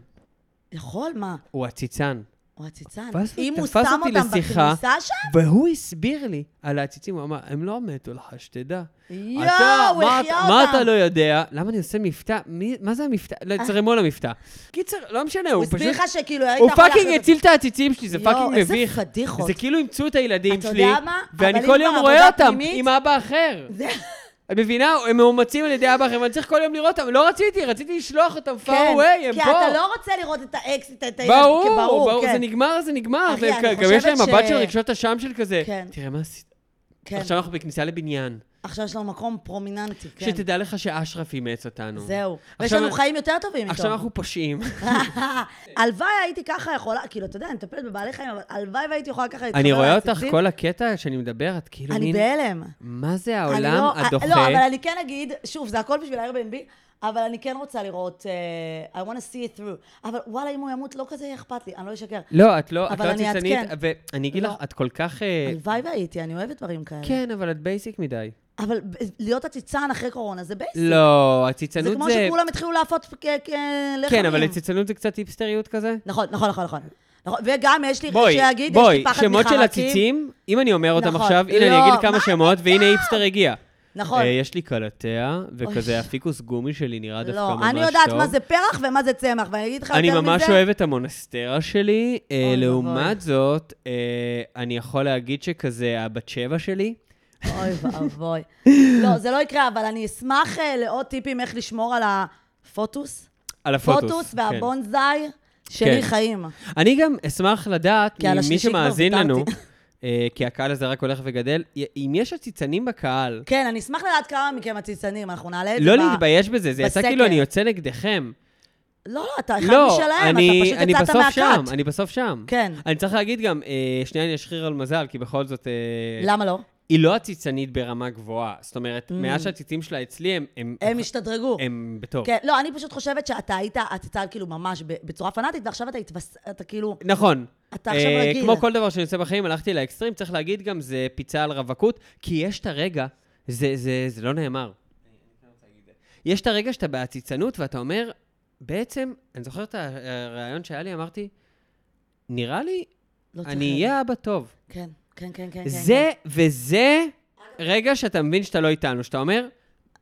יכול, מה?
הוא עציצן.
הוא עציצן.
ואז הוא
אם הוא
תפס
שם
אותי
אותם
לשיחה.
בכניסה שם?
והוא הסביר לי על העציצים, הוא אמר, הם לא מתו לך, שתדע. אתה-
יואו, הוא
מה-
החיה
מה
אותם. אה.
אתה לא יודע? למה אני עושה מבטא? מי- מה זה המבטא? לא, תסרמו על המבטא. קיצר, לא משנה, הוא
הוא
פשוט...
הסביר לך שכאילו היית
הוא
יכול
פאקינג
לעשות-
הציל את העציצים שלי, זה
יואו,
פאקינג
איזה
מביך.
פדיחות.
זה כאילו אימצו את הילדים
אתה
שלי,
יודע מה? אבל
ואני
אם
כל
כבר
יום
עבודה
רואה אותם
פנימית-
עם אבא אחר.
זה-
את מבינה? הם מאומצים על ידי אבא אחר, ואני צריך כל יום לראות אותם. לא רציתי, רציתי לשלוח אותם far
כן,
away, הם פה.
כי אתה לא רוצה לראות את האקזיט, את הילד,
ברור,
כי
ברור,
כן.
זה נגמר, זה נגמר.
אחי,
והם
אני
גם יש להם
חושבת
מבט
ש-
של רגשות אשם של כזה.
כן.
תראה מה עשית.
כן.
עכשיו אנחנו בכניסה לבניין.
עכשיו יש לנו מקום פרומיננטי, כן.
שתדע לך שאשרף אימץ אותנו.
זהו. ויש
עכשיו-
לנו חיים יותר טובים איתו.
עכשיו אנחנו פושעים.
הלוואי הייתי ככה יכולה, כאילו, אתה יודע, אני מטפלת בבעלי חיים, אבל הלוואי והייתי יכולה ככה להתחבר
אני רואה אותך
לעציצים.
כל הקטע שאני מדבר, את כאילו
אני
מין...
בהלם.
מה זה
אני
העולם
לא-
הדוחה?
לא, אבל אני כן אגיד, שוב, זה הכל בשביל ה-Airbnb, אבל אני כן רוצה לראות, אה, I want to see it through. אבל וואלה, אם הוא ימות, לא כזה יהיה אכפת לי, אני לא אשקר.
לא, את לא, את
אבל
לא
אני
ציצנית,
אעדכן.
ואני אגיד
לא.
לך, את כל כך... אה,
הלוואי והייתי, אני אוהבת דברים כאלה.
כן, אבל את בייסיק מדי.
אבל ב- להיות עציצן אחרי קורונה זה בייסיק.
לא,
זה
הציצנות
כמו
זה...
שכולם התחילו להפות כ- כלחמים.
כן, אבל הציצנות זה קצת היפסטריות כזה.
נכון, נכון, נכון, נכון. נכון, וגם יש לי,
בואי,
שיגיד, יש
בואי,
לי פחד מחרקים.
שמות של עציצים, אם אני אומר אותם
נכון.
עכשיו, הנה,
לא,
אני אגיד כמה
מה
שמות, והנה היפסטר הגיע.
נכון.
אה, יש לי קלטיה, וכזה
אוי.
הפיקוס גומי שלי נראה דווקא ממש טוב.
לא, אני יודעת מה זה פרח ומה זה צמח, ואני אגיד לך יותר
אני
מזה...
ממש אוהב את המונסטרה שלי. אה,
אוי ואבוי.
לעומת זאת, אה, אני יכול להגיד שכזה הבת שבע שלי,
אוי ואבוי. לא, זה לא יקרה, אבל אני אשמח אה, לעוד טיפים איך לשמור על הפוטוס.
על הפוטוס.
פוטוס
כן.
והבונזאי שלי
כן.
חיים.
אני גם אשמח לדעת,
כי על
ממי
השלישי כבר
שמאזין לנו,
ויתרתי.
אה, כי הקהל הזה רק הולך וגדל, י- אם יש עציצנים בקהל,
כן, אני אשמח לדעת כמה מכם עציצנים, אנחנו נעלה את זה.
לא
ב-
להתבייש בזה, זה יצא
בסקר.
כאילו אני יוצא נגדכם.
לא, לא, אתה אחד
לא,
משלהם, אתה
אני-
פשוט
אני
יצאת
בסוף שם,
מהקאט.
אני בסוף שם.
כן.
אני צריך להגיד גם, אה, שנייה אני אשחיר על מזל, כי בכל זאת... אה,
למה לא? Mm.
היא לא עציצנית ברמה גבוהה. זאת אומרת, מאז שהציצים שלה אצלי, הם... הם,
הם השתדרגו.
הם בטוב.
כן, לא, אני פשוט חושבת שאתה היית עציצן כאילו ממש ב- בצורה פנאטית, ועכשיו אתה התבס... אתה כאילו...
נכון.
אתה עכשיו
אה,
רגיל.
כמו כל דבר שאני עושה בחיים, הלכתי לאקסטרים, צריך להגיד גם, זה פיצה על רווקות, כי יש את הרגע, זה, זה, זה לא נאמר. יש את הרגע שאתה בעציצנות ואתה אומר, בעצם, אני זוכר את הריאיון שהיה לי, אמרתי, נראה לי,
לא צריך
אני
להגיד.
אהיה אבא טוב.
כן, כן, כן, כן. כן,
זה וזה רגע שאתה מבין שאתה לא איתנו, שאתה אומר,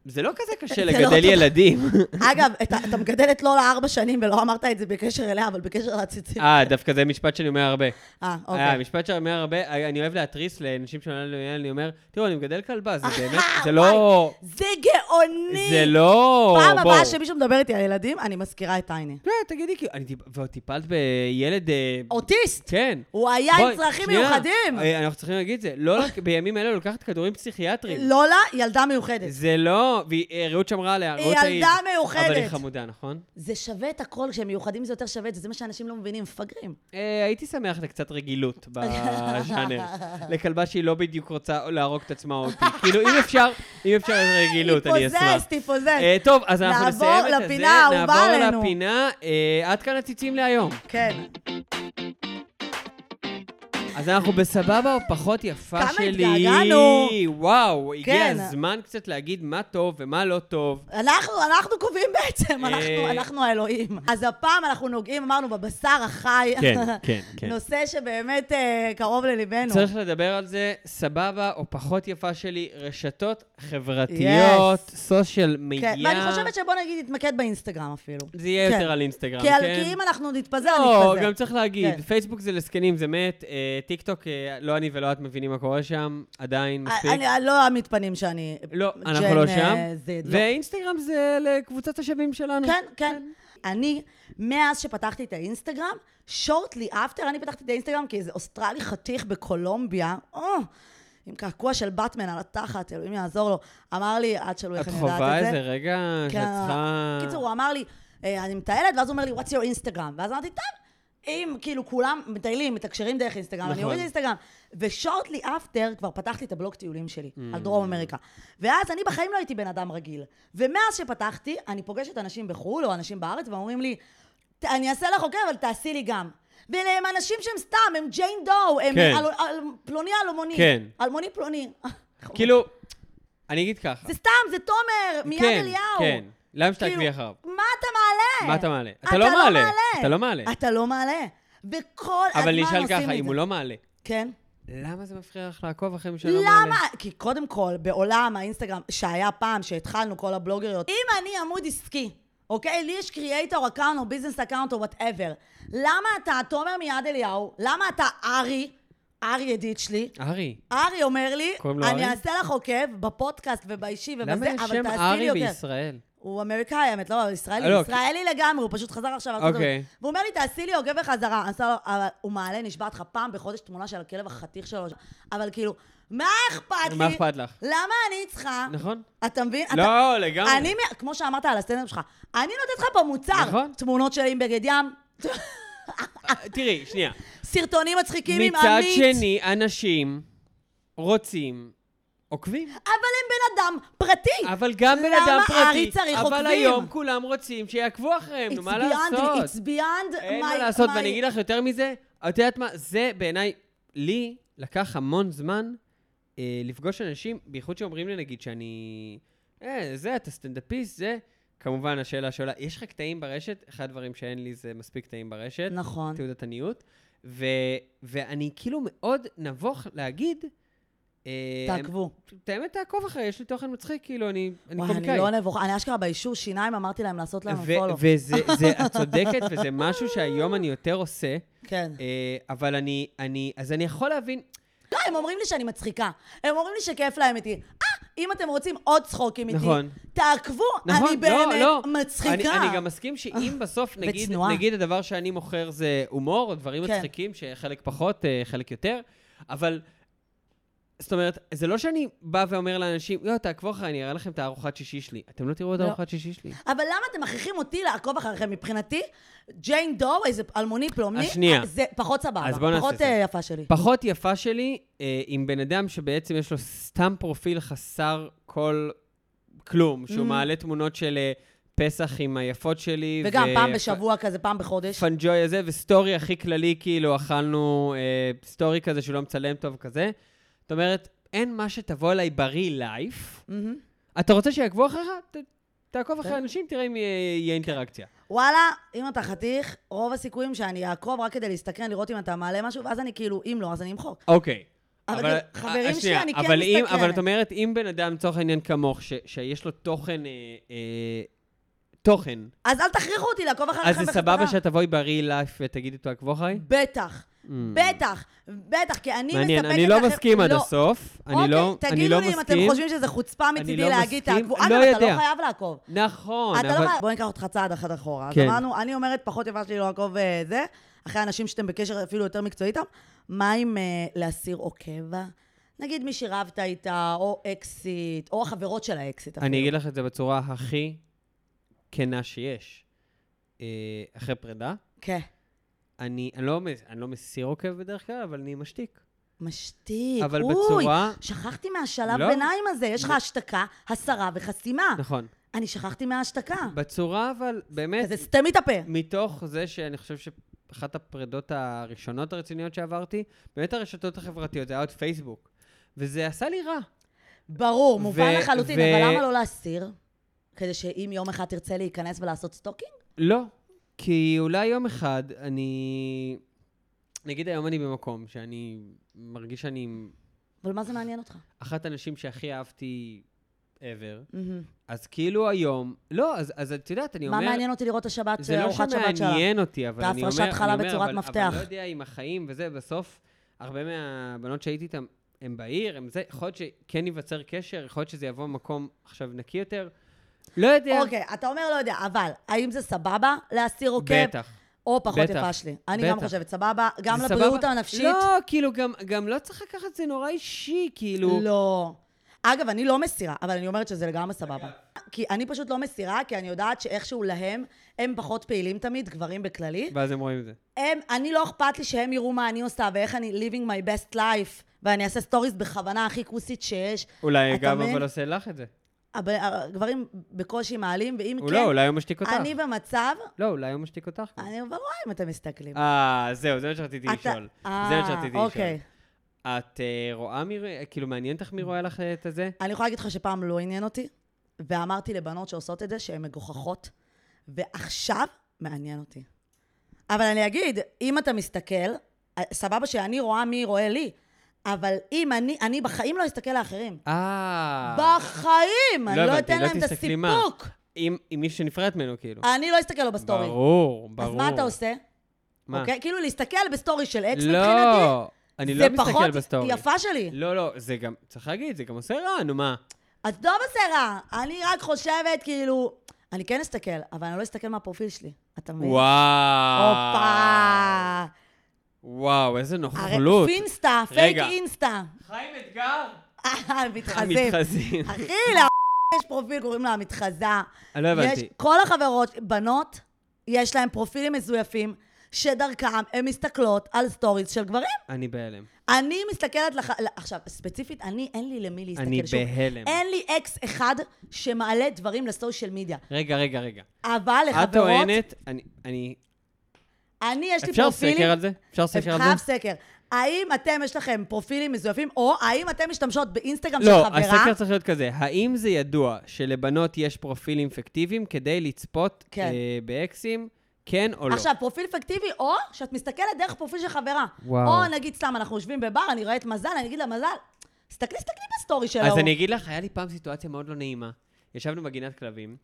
זה לא כזה קשה
זה לא
לגדל
אותו-
ילדים.
כן, אגב, אתה, אתה מגדל את לולה ארבע שנים ולא אמרת את זה בקשר אליה, אבל בקשר לעציצים.
אה, דווקא זה משפט שאני אומר הרבה.
אה,
אה,
אוקיי.
משפט שאני אומר הרבה, אה, אני אוהב להתריס לאנשים שאומרים לי, אני אומר, תראו, אני מגדל כלבה, זה באמת, זה לא...
זה גאוני!
זה לא...
פעם הבאה
בואו.
שמישהו מדבר איתי על ילדים, אני מזכירה את טייני.
לא, תגידי, כאילו, אני טיפ- ועוד טיפלת בילד... אה,
אוטיסט!
כן.
הוא היה אוקיי. עם
בואי,
צרכים
שנייה.
מיוחדים!
אה, אנחנו צריכים להגיד את זה. לא, לק- בימים אלה לוקחת כדורים פסיכיאטריים.
לולה, ילדה מיוחדת.
זה לא... והיא- אה, רעות שמרה עליה,
היא
רעות תעיד.
ילדה מיוחדת.
אבל היא חמודה, נכון?
זה שווה את הכל, כשמיוחדים זה יותר שווה את זה, זה מה שאנשים לא מבינים, מפגרים.
אה, הייתי שמח לקצת רגילות בז'אנר. לכלבה שהיא לא בדיוק רוצה להרוג את עצמה או אותי. כאילו, אם אפשר, אם אפשר רגילות, אני אשמח.
תיפוזז, תיפוזז.
אה, טוב, אז אנחנו
נעבור
נסיים את הזה,
לפינה האהובה
נעבור
עלינו.
לפינה. אה, עד כאן הציצים להיום.
כן.
אז אנחנו בסבבה או פחות יפה
כמה
שלי.
התגעגענו.
וואו, הגיע
כן.
הזמן קצת להגיד מה טוב ומה לא טוב.
אנחנו, אנחנו קובעים בעצם, אנחנו,
אה.
אנחנו האלוהים. אז הפעם אנחנו נוגעים, אמרנו, בבשר החי.
כן,
נושא שבאמת אה, קרוב לליבנו.
צריך לדבר על זה, סבבה או פחות יפה שלי, רשתות חברתיות, סושיאל מדיה.
כן, ואני חושבת שבוא נגיד נתמקד באינסטגרם אפילו.
זה יהיה
כן.
יותר על אינסטגרם,
כי, על-
כן?
כי אם אנחנו נתפזר,
לא,
נתפזר.
גם צריך להגיד,
כן.
פייסבוק זה לזקנים, זה מת, אה, טיק טוק, אה, לא אני ולא את מבינים מה קורה שם, עדיין מספיק.
אני, אני- לא המתפנים שאני...
לא,
ג'ן,
אנחנו לא
אה,
שם.
זה- לא.
ואינסטגרם זה לקבוצת השווים שלנו.
כן, כן. אני, מאז שפתחתי את האינסטגרם, shortly after, אני פתחתי את האינסטגרם כי איזה אוסטרלי חתיך בקולומביה, או, עם קעקוע של באטמן על התחת, אלוהים יעזור לו, אמר לי, עד שלא איך
את
אני יודעת את זה.
חווה איזה רגע שאת
כן,
צריכה...
קיצור, הוא אמר לי, "אה, אני מטיילת, ואז הוא אומר לי, what's your Instagram? ואז אמרתי, טוב, אם כאילו כולם מטיילים, מתקשרים דרך אינסטגרם, אני
נכון.
אוריד אינסטגרם. ושורטלי אפטר כבר פתחתי את הבלוג טיולים שלי,
Mm.
על דרום אמריקה. ואז אני בחיים לא הייתי בן אדם רגיל. ומאז שפתחתי, אני פוגשת אנשים בחו"ל או אנשים בארץ, ואומרים לי, "ת- אני אעשה לך חוקר, אבל תעשי לי גם. ואלה הם אנשים שהם סתם, הם ג'יין דו, הם
כן.
אל- אל- פלוני אלמוני.
כן.
אלמוני פלוני.
כאילו, אני אגיד ככה.
זה סתם, זה תומר, מיד
כן,
אליהו.
כן, למה שתעקבי
כאילו,
אחריו?
מה אתה מעלה?
מה אתה מעלה? אתה לא מעלה. אתה לא מעלה.
אתה לא מעלה. וכל הזמן עושים את זה.
אבל נשאל ככה, אם הוא לא מעלה,
כן.
למה זה מפריע לך לעקוב אחרי מי שלא לא מעלה?
למה? כי קודם כל, בעולם האינסטגרם, שהיה פעם, שהתחלנו כל הבלוגריות, אם אני עמוד עסקי, אוקיי? לי יש קריאייטור אקאונט או ביזנס אקאונט או וואטאבר. למה אתה תומר מיד אליהו? למה אתה ארי? ארי ידיד שלי.
ארי,
ארי אומר לי,
קוראים לו
אני
ארי?
אעשה לך עוקב בפודקאסט ובאישי
למה
ובזה,
יש
אבל
שם
תעשי לי
ארי
יותר.
בישראל?
הוא אמריקאי, האמת, לא, אבל ישראלי,
אה, לא,
ישראלי לגמרי, הוא פשוט חזר עכשיו לארצות
אוקיי.
הברית. והוא אומר לי, תעשי לי עוגב בחזרה. אני עושה לו, אבל הוא מעלה, נשבעת לך, פעם בחודש תמונה של הכלב החתיך שלו. אבל כאילו, מה אכפת לי?
מה אכפת לך?
למה אני צריכה?
נכון?
אתה מבין? אתה-
לא, לגמרי.
אני, מ- כמו שאמרת על הסטנדאפ שלך, אני נותנת לך פה מוצר.
נכון.
תמונות שלי עם בגד ים,
אה, תראי, שנייה.
סרטונים מצחיקים עם
מצד
עמית.
שני, אנשים רוצים עוקבים.
אבל הם בן אדם פרטי.
אבל גם בן אדם
אה, למה
פרטי.
ארי צריך
אבל
עוקבים?
היום כולם רוצים שיעקבו אחריהם, נו, מה לעשות?
It's beyond my...
אין מה לעשות,
my-
ואני אגיד לך יותר מזה, את יודעת מה, זה בעיניי, לי לקח המון זמן אה, לפגוש אנשים, בייחוד שאומרים לי נגיד שאני... אה, זה, אתה סטנדאפיסט, זה... כמובן, השאלה שעולה, יש לך קטעים ברשת? אחד הדברים שאין לי זה מספיק קטעים ברשת.
נכון.
תעודת עניות. ו, ואני כאילו מאוד נבוך להגיד... אה,
תעקבו.
את האמת, תעקוב אחרי, יש לי תוכן מצחיק, כאילו, אני, אני
וואי,
קומיקאי.
אני לא נבוכה, אני אשכרה באישור שיניים אמרתי להם לעשות לנו פולו.
וזה, זה, את צודקת, וזה משהו שהיום אני יותר עושה,
כן.
אה, אבל אני, אני, אז אני יכול להבין,
לא, הם אומרים לי שאני מצחיקה. הם אומרים לי שכיף להם איתי. אה, אם אתם רוצים עוד צחוקים איתי,
נכון.
תעקבו,
נכון,
אני
לא,
באמת
לא.
מצחיקה. אה,
אני, אני גם מסכים שאם בסוף, נגיד,
וצנועה.
נגיד הדבר שאני מוכר זה הומור, או דברים
כן.
מצחיקים, שחלק פחות, אה, חלק יותר, אבל... זאת אומרת, זה לא שאני בא ואומר לאנשים, יואו, תעקבו אחריי, אני אראה לכם את הארוחת שישי שלי. אתם לא תראו את
לא.
הארוחת שישי שלי.
אבל למה אתם מכריחים אותי לעקוב אחריכם? מבחינתי, ג'יין דו, איזה אלמוני פלומני,
השנייה.
זה פחות סבבה,
אז בוא נעשה
פחות
זה.
אה, יפה שלי.
פחות יפה שלי אה, עם בן אדם שבעצם יש לו סתם פרופיל חסר כל כלום, שהוא
Mm.
מעלה תמונות של אה, פסח עם היפות שלי.
וגם
ו-
פעם בשבוע כזה, פעם בחודש.
פנג'וי הזה, וסטורי הכי כללי, כאילו, אכלנו אה, סטורי כזה שהוא לא מצלם טוב כזה. זאת אומרת, אין מה שתבוא אליי בריא לייף.
מהמם.
אתה רוצה שיעקבו אחריך? ת- תעקוב אחרי
כן.
אנשים, תראה אם יהיה יהיה אינטראקציה.
וואלה, אם אתה חתיך, רוב הסיכויים שאני אעקוב רק כדי להסתכן, לראות אם אתה מעלה משהו, ואז אני כאילו, אם לא, אז אני אמחוק.
אוקיי.
אבל גם חברים שלי,
שנייה,
אני כן
אבל אם-
מסתכלת.
אבל את אומרת, אם בן אדם, לצורך העניין כמוך, ש- שיש לו תוכן, אה, אה, תוכן,
אז אל תכריחו אותי לעקוב אחריכם
אז זה סבבה
בחזרה.
שאת תבואי ב-real life ותגידי תעקבו אחריי?
בטח, בטח, בטח, כי אני מספקת
Hmm. מעניין,
לכם...
אני לא מסכים עד
לא.
הסוף. אני לא
אוקיי,
אני לא
תגידו לי אם אתם
מסכים.
חושבים שזה חוצפה
לא
מצידי להגיד,
מסכים,
תעקבו.
לא
אגב, אתה
יודע.
לא חייב לעקוב.
נכון,
אתה לא
אבל...
חייב... בואי ניקח אותך צעד אחד אחורה. אז
כן.
אמרנו, אני אומרת, פחות יפה שלי לא לעקוב אה, זה, אחרי אנשים שאתם בקשר אפילו יותר מקצועי איתם, מה עם אה, להסיר עוקב? נגיד מי שרבת איתה, או אקסיט, או החברות של האקסיט אפילו.
אני אגיד לך את זה בצורה הכי כנה שיש. אה, אחרי פרידה,
כן.
אני אני לא מס- אני לא מסיר עוקב בדרך כלל, אבל אני משתיק.
משתיק.
אבל
אוי,
בצורה...
שכחתי מהשלב
לא.
ביניים הזה, יש לך השתקה, הסרה וחסימה.
נכון.
אני שכחתי מההשתקה.
בצורה, אבל באמת,
זה סתם מתאפה.
מתוך זה שאני חושב שאחת הפרדות הראשונות הרציניות שעברתי, באמת הרשתות החברתיות, זה היה עוד פייסבוק. וזה עשה לי רע.
ברור, מובן
ו-
לחלוטין,
ו-
אבל למה לא להסיר? כדי שאם יום אחד תרצה להיכנס ולעשות סטוקינג?
לא, כי אולי יום אחד אני... נגיד היום אני במקום שאני מרגיש שאני עם
אבל מה זה מעניין אותך?
אחת הנשים שהכי אהבתי ever,
מהמם.
אז כאילו היום... לא, אז, אז את יודעת, אני
מה
אומר...
מעניין אותי לראות השבת,
זה לא
ארוחת שבת שלה?
שמעניין אותי, אבל
את
אני אומר...
ההפרשת חלה
אני אומר,
בצורת
אבל-
מפתח.
אבל לא יודע, עם החיים וזה, בסוף, הרבה מהבנות שהייתי איתן, הן בעיר, הן זה, יכול להיות שכן ייווצר קשר, יכול להיות שזה יבוא ממקום עכשיו נקי יותר. לא יודע.
אוקיי, אתה אומר לא יודע, אבל האם זה סבבה להסיר עוקב?
בטח.
או פחות
בטח.
יפה שלי. אני
בטח.
גם חושבת סבבה, אוקיי. גם
זה
לבריאות
סבבה?
הנפשית.
לא, כאילו, גם, גם לא צריך לקחת את זה נורא אישי, כאילו...
לא. אגב, אני לא מסירה, אבל אני אומרת שזה לגמרי סבבה. כי אני פשוט לא מסירה, כי אני יודעת שאיכשהו להם, הם פחות פעילים תמיד, גברים בכללי.
ואז הם רואים את זה.
הם, אני לא אכפת לי שהם יראו מה אני עושה ואיך אני living my best life, ואני אעשה סטוריז בכוונה הכי כוסית שיש.
אולי
אתה
גם
מבין?
אבל עושה לך את זה.
הב- הגברים בקושי מעלים, ואם
הוא
כן,
לא, אולי הוא משתיק אותך.
אני במצב,
לא, אולי הוא משתיק אותך. גם.
אני כבר רואה אם אתם מסתכלים.
אה, זהו, זה מה שרציתי לשאול. זה מה שרציתי לשאול.
כן. אוקיי.
את אה, רואה מי רואה, כאילו מעניין אותך מי רואה לך את הזה?
אני יכולה להגיד לך שפעם לא עניין אותי, ואמרתי לבנות שעושות את זה שהן מגוחכות, ועכשיו מעניין אותי. אבל אני אגיד, אם אתה מסתכל, סבבה שאני רואה מי רואה לי, אבל אם אני, אני בחיים לא אסתכל לאחרים.
אה.
בחיים! אני לא
הבנתי,
אתן להם את
תסתכלי מה.
הסיפוק.
עם עם מי שנפרדת ממנו, כאילו.
אני לא אסתכל לו בסטורי.
ברור, ברור.
אז מה אתה עושה?
מה?
אוקיי? כאילו להסתכל בסטורי של אקס מבחינתי,
לא, אני לא
זה
מסתכל
פחות
בסטורי.
יפה שלי.
לא, לא, זה גם, צריך להגיד, זה גם עושה רע, נו מה.
אז לא בסדר, אני רק חושבת, כאילו... אני כן אסתכל, אבל אני לא אסתכל מהפרופיל שלי, אתה מבין?
וואו.
הופה!
וואו, איזה
הרי
נוכלות.
אינסטה, פייק
רגע.
אינסטה.
חיים אתגר?
אה, מתחזים.
מתחזים.
אחי, לה... יש פרופיל, קוראים לה המתחזה.
אני לא
אה, יש,
הבנתי.
כל החברות, בנות, יש להן פרופילים מזויפים, שדרכם הן מסתכלות על סטוריז של גברים.
אני בהלם.
אני מסתכלת לך... לח... עכשיו, ספציפית, אני, אין לי למי להסתכל
אני
שוב.
בהלם.
אין לי אקס אחד שמעלה דברים לסושיאל מדיה.
רגע, רגע, רגע.
אבל לחברות...
את טוענת, אני- אני...
אני, יש לי
אפשר
פרופילים...
סקר על זה? אפשר סקר על
חייב
זה?
סקר. האם אתם, יש לכם פרופילים מזויפים, או האם אתם משתמשות באינסטגרם של
לא,
חברה?
הסקר צריך להיות כזה. האם זה ידוע שלבנות יש פרופילים פיקטיביים כדי לצפות
כן.
אה, באקסים? כן או לא?
עכשיו, פרופיל פיקטיבי, או שאת מסתכלת דרך פרופיל של חברה.
וואו.
או נגיד, סתם, אנחנו יושבים בבר, אני רואה את מזל, אני אגיד לה, מזל, תסתכלי, תסתכלי בסטורי שלו.
אז אני אגיד לך, היה לי פעם סיטואציה מאוד לא נעימה. ישבנו בגינת כלבים,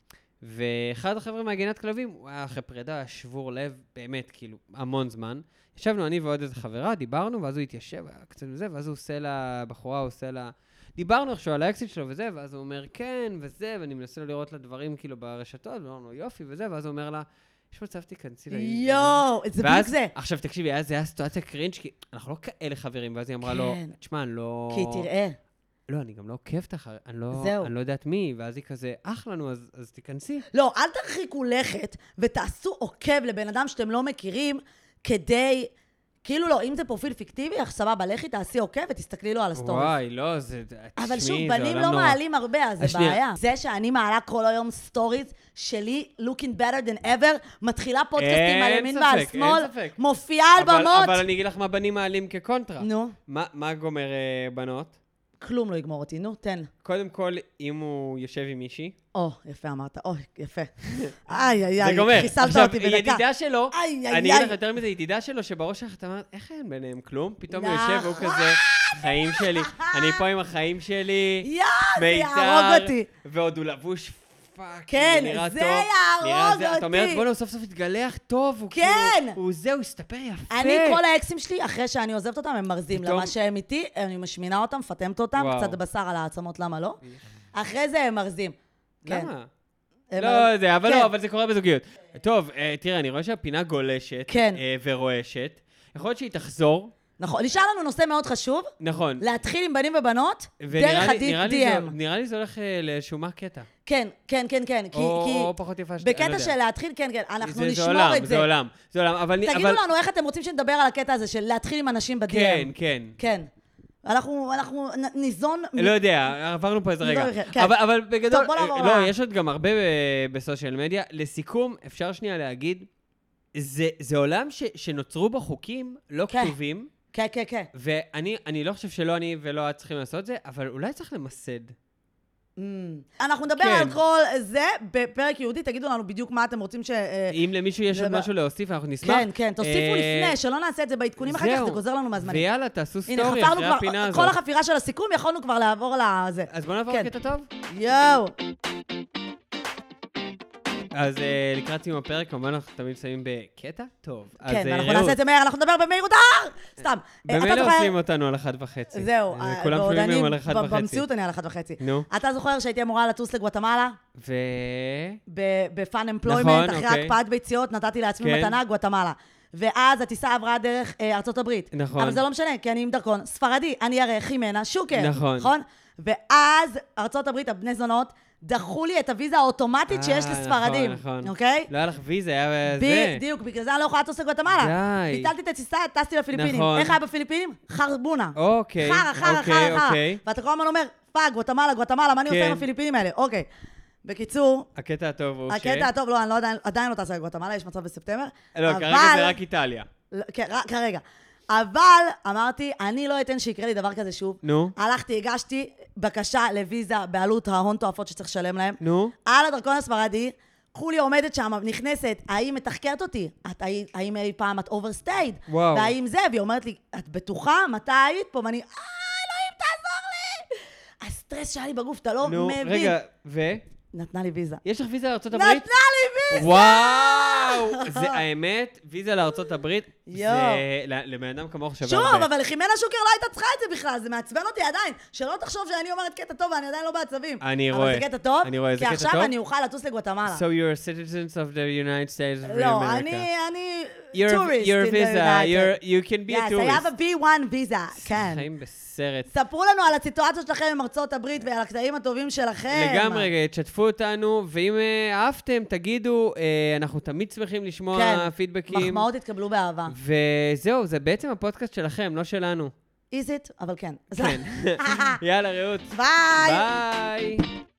ואחד החבר'ה מהגינת כלבים, הוא היה אחרי פרידה, היה שבור לב, באמת, כאילו, המון זמן. ישבנו אני ועוד איזה חברה, דיברנו, ואז הוא התיישב, היה קצת וזה, ואז הוא עושה לה, בחורה הוא עושה לה... דיברנו איכשהו על האקסיט שלו וזה, ואז הוא אומר, כן, וזה, ואני מנסה לראות לה דברים, כאילו, ברשתות, ואמרנו, יופי, וזה, ואז הוא אומר לה, יש מצב תיכנסי לאינסטגרם?"
יואו, זה בדיוק
ואז-
זה.
עכשיו, תקשיבי, היה- זה היה סיטואציה קרינג', כי אנחנו לא כאלה חברים, ואז היא אמרה לו,
כן.
תשמע, אני לא...
כי תראה,
לא, אני גם לא עוקבת אחר, אני לא,
זהו.
אני לא יודעת מי, ואז היא כזה, אחלה, נו, אז, אז תיכנסי.
לא, אל תרחיקו לכת ותעשו עוקב לבן אדם שאתם לא מכירים, כדי... כאילו לא, אם זה פרופיל פיקטיבי, אז סבבה, לכי תעשי עוקב ותסתכלי לו על הסטורי.
וואי, לא, זה,
אבל
תשמעי,
שוב,
זה
בנים
עולם
לא
נורא.
מעלים הרבה, אז זה
אז שנייה.
בעיה. זה שאני מעלה כל היום סטוריז שלי, looking better than ever, מתחילה פודקאסטים
אין
על ימין
ספק,
ועל
אין
שמאל,
ספק.
מופיעה על
אבל,
במות.
אבל אני אגיד לך מה בנים מעלים כקונטרה.
נו,
מה, מה גומר אה, בנות?
כלום לא יגמור אותי. נו, תן.
קודם כל, אם הוא יושב עם מישהי,
או, יפה אמרת. או, יפה. איי, איי,
זה
איי.
גומר.
חיסלת
עכשיו,
אותי
היא
בדקה.
ידידה שלו,
איי, איי,
אני אגיד לך
איי.
יותר מזה, היא ידידה שלו, שבראש שלך אתה אומר, איך אין ביניהם כלום? פתאום הוא
נכון.
יושב והוא כזה, חיים שלי, אני פה עם החיים שלי,
יא, זה יהרוג
מיתר,
אותי.
ועוד הוא לבוש פאק, כאילו,
כן,
נראה
זה
טוב,
יהרוג
נראה זה-
אותי.
אתה אומר, בוא'נה, הוא סוף סוף התגלח טוב, הוא
כן.
כאילו, הוא זה, הוא הסתפר יפה.
אני, כל האקסים שלי, אחרי שאני עוזבת אותם, הם מרזים.
פתאום-
למה שהם איתי, אני משמינה אותם, מפטמת אותם,
וואו.
קצת בשר על העצמות, למה לא? אחרי זה הם מרזים. כן.
למה?
הם
לא,
מרזים.
זה, אבל
כן.
לא, אבל זה קורה בזוגיות. טוב, אה, תראה, אני רואה שהפינה גולשת,
כן.
אה, ורועשת. יכול להיות שהיא תחזור,
נכון. נשאר לנו נושא מאוד חשוב,
נכון.
להתחיל עם בנים ובנות,
ונראה
דרך
לי- נראה לי זה-
ה-DM.
נראה לי זה הולך אה, לאיזשהו מה קטע.
כן, כן, כן, כן. כי-
או
כי
או פחות יפה, אני לא
בקטע
יודע.
של להתחיל, כן, כן, אנחנו
זה- זה
נשמור
עולם,
את זה.
זה עולם, זה עולם, אבל...
תגידו
אבל-
לנו איך אתם רוצים שנדבר על הקטע הזה של להתחיל עם אנשים ב-DM.
כן, כן.
כן. אנחנו אנחנו נ- ניזון... מ-
לא יודע, עברנו פה איזה רגע.
לא, כן.
אבל, אבל בגדול,
טוב, בוא נעבור
לא,
ל-
יש עוד גם הרבה ב- בסושיאל מדיה. לסיכום, אפשר שנייה להגיד, זה, זה עולם ש, שנוצרו בו חוקים לא
כן.
כתובים,
כן, כן, כן.
ואני אני לא חושב שלא אני ולא את צריכים לעשות זה, אבל אולי צריך למסד.
Mm. אנחנו נדבר
כן.
על כל זה בפרק ייעודי, תגידו לנו בדיוק מה אתם רוצים ש... אה,
אם למישהו יש
זה
עוד
ב-
משהו להוסיף, אנחנו נשמח.
כן, כן, תוסיפו
אה,
לפני, שלא נעשה את זה בעדכונים אחר כך,
זהו.
זה גוזר לנו מהזמנים.
ויאללה, תעשו
הנה,
סטורי
חפרנו
אחרי
כבר,
הפינה הזאת.
כל החפירה של הסיכום יכולנו כבר לעבור לזה.
אז בואו נעבור
כן.
לקטע טוב.
יואו.
אז אה, לקראת סיום הפרק, כמובן אנחנו תמיד שמים בקטע טוב. אז,
כן,
אה,
ואנחנו
רעות,
נעשה את זה מהר, אנחנו נדבר במהירות ההר! סתם. אה, אתה
במילא
זוכר-
עושים אותנו על אחת וחצי.
זהו,
אה,
אה,
כולם
ועוד
שומעים
אני-
היום על
ב-
אחת וחצי.
במציאות אני על אחת וחצי.
נו,
אתה זוכר שהייתי אמורה לטוס לגואטמלה?
ו...
בפאן
נכון,
אמפלוימנט, אחרי
אוקיי.
הקפאת ביציות, נתתי לעצמי
כן.
מתנה, גואטמלה. ואז הטיסה עברה דרך אה, ארצות הברית.
נכון.
אבל זה לא משנה, כי אני עם דרכון ספרדי, אני הרי חימנה שוקר.
נכון.
נכון? ואז ארצות הברית, הבני זונות, דחו לי את הוויזה האוטומטית שיש
אה,
לספרדים.
נכון, נכון.
אוקיי?
לא היה לך ויזה, היה זה.
בדיוק, בגלל זה אני לא יכולה לטוס לגואטמלה.
די.
ביטלתי את הטיסה, טסתי לפיליפינים.
נכון.
איך היה בפיליפינים? חרבונה.
אוקיי.
חרא, חרא,
אוקיי,
חרא, חרא.
אוקיי.
ואתה כל הזמן אומר, פאק, גואטמלה, גואטמלה, מה אני עושה
כן.
עם הפיליפינים האלה? אוקיי. בקיצור,
הקטע הטוב הוא ש...
הקטע הטוב, לא, אני לא עדיין- עדיין לא טסה לגואטמלה, יש מצב בספטמבר.
לא,
אבל-
כרגע זה רק איטליה.
לא, כן, רק כרגע. אבל אמרתי, אני לא אתן שיקרה לי דבר כזה שוב.
נו,
הלכתי, הגשתי בקשה לוויזה בעלות ההון תועפות שצריך לשלם להם.
נו.
על הדרכון הספרדי, חולי עומדת שם, נכנסת, האם מתחקרת אותי? את, האם- האם אי פעם את אוברסטייד?
וואו.
והאם זה, והיא אומרת לי, את בטוחה? מתי היית פה? ואני, אה, אלוהים, תעזור לי! הסטרס שהיה לי בגוף, אתה לא
נו,
מבין. לא,
רגע, ו?
נתנה לי ויזה.
יש לך ויזה לארצות
נתנה
הברית?
לי ויזה!
וואו! זה האמת, ויזה לארצות הברית, זה
יואו.
ל- לבן אדם כמוך שווה הרבה.
שוב, אבל חימנה שוקר לא הייתה צריכה את זה בכלל, זה מעצבן אותי עדיין. שלא תחשוב שאני אומרת קטע טוב ואני עדיין לא בעצבים.
אני רואה.
אבל זה קטע טוב,
אני רואה, זה קטע
כי עכשיו
טוב.
אני אוכל לטוס לגואטמלה.
So you're citizens of the United States of
לא,
America.
אני, אני
You're-
tourist
you're
in the
visa,
United.
you're- you can be a
Yes, I
tourist.
have a B1 ויזה, כן.
חיים בסרט.
ספרו לנו על הסיטואציות שלכם עם ארצות הברית ועל הקטעים הטובים שלכם.
לגמרי, תשתפו אותנו, ואם אה, אהבתם, תגידו, אה, אנחנו תמיד שמחים לשמוע
כן.
פידבקים.
מחמאות התקבלו באהבה.
וזהו, זה בעצם הפודקאסט שלכם, לא שלנו.
Is it? אבל כן.
כן. יאללה, רעות.
ביי!
ביי.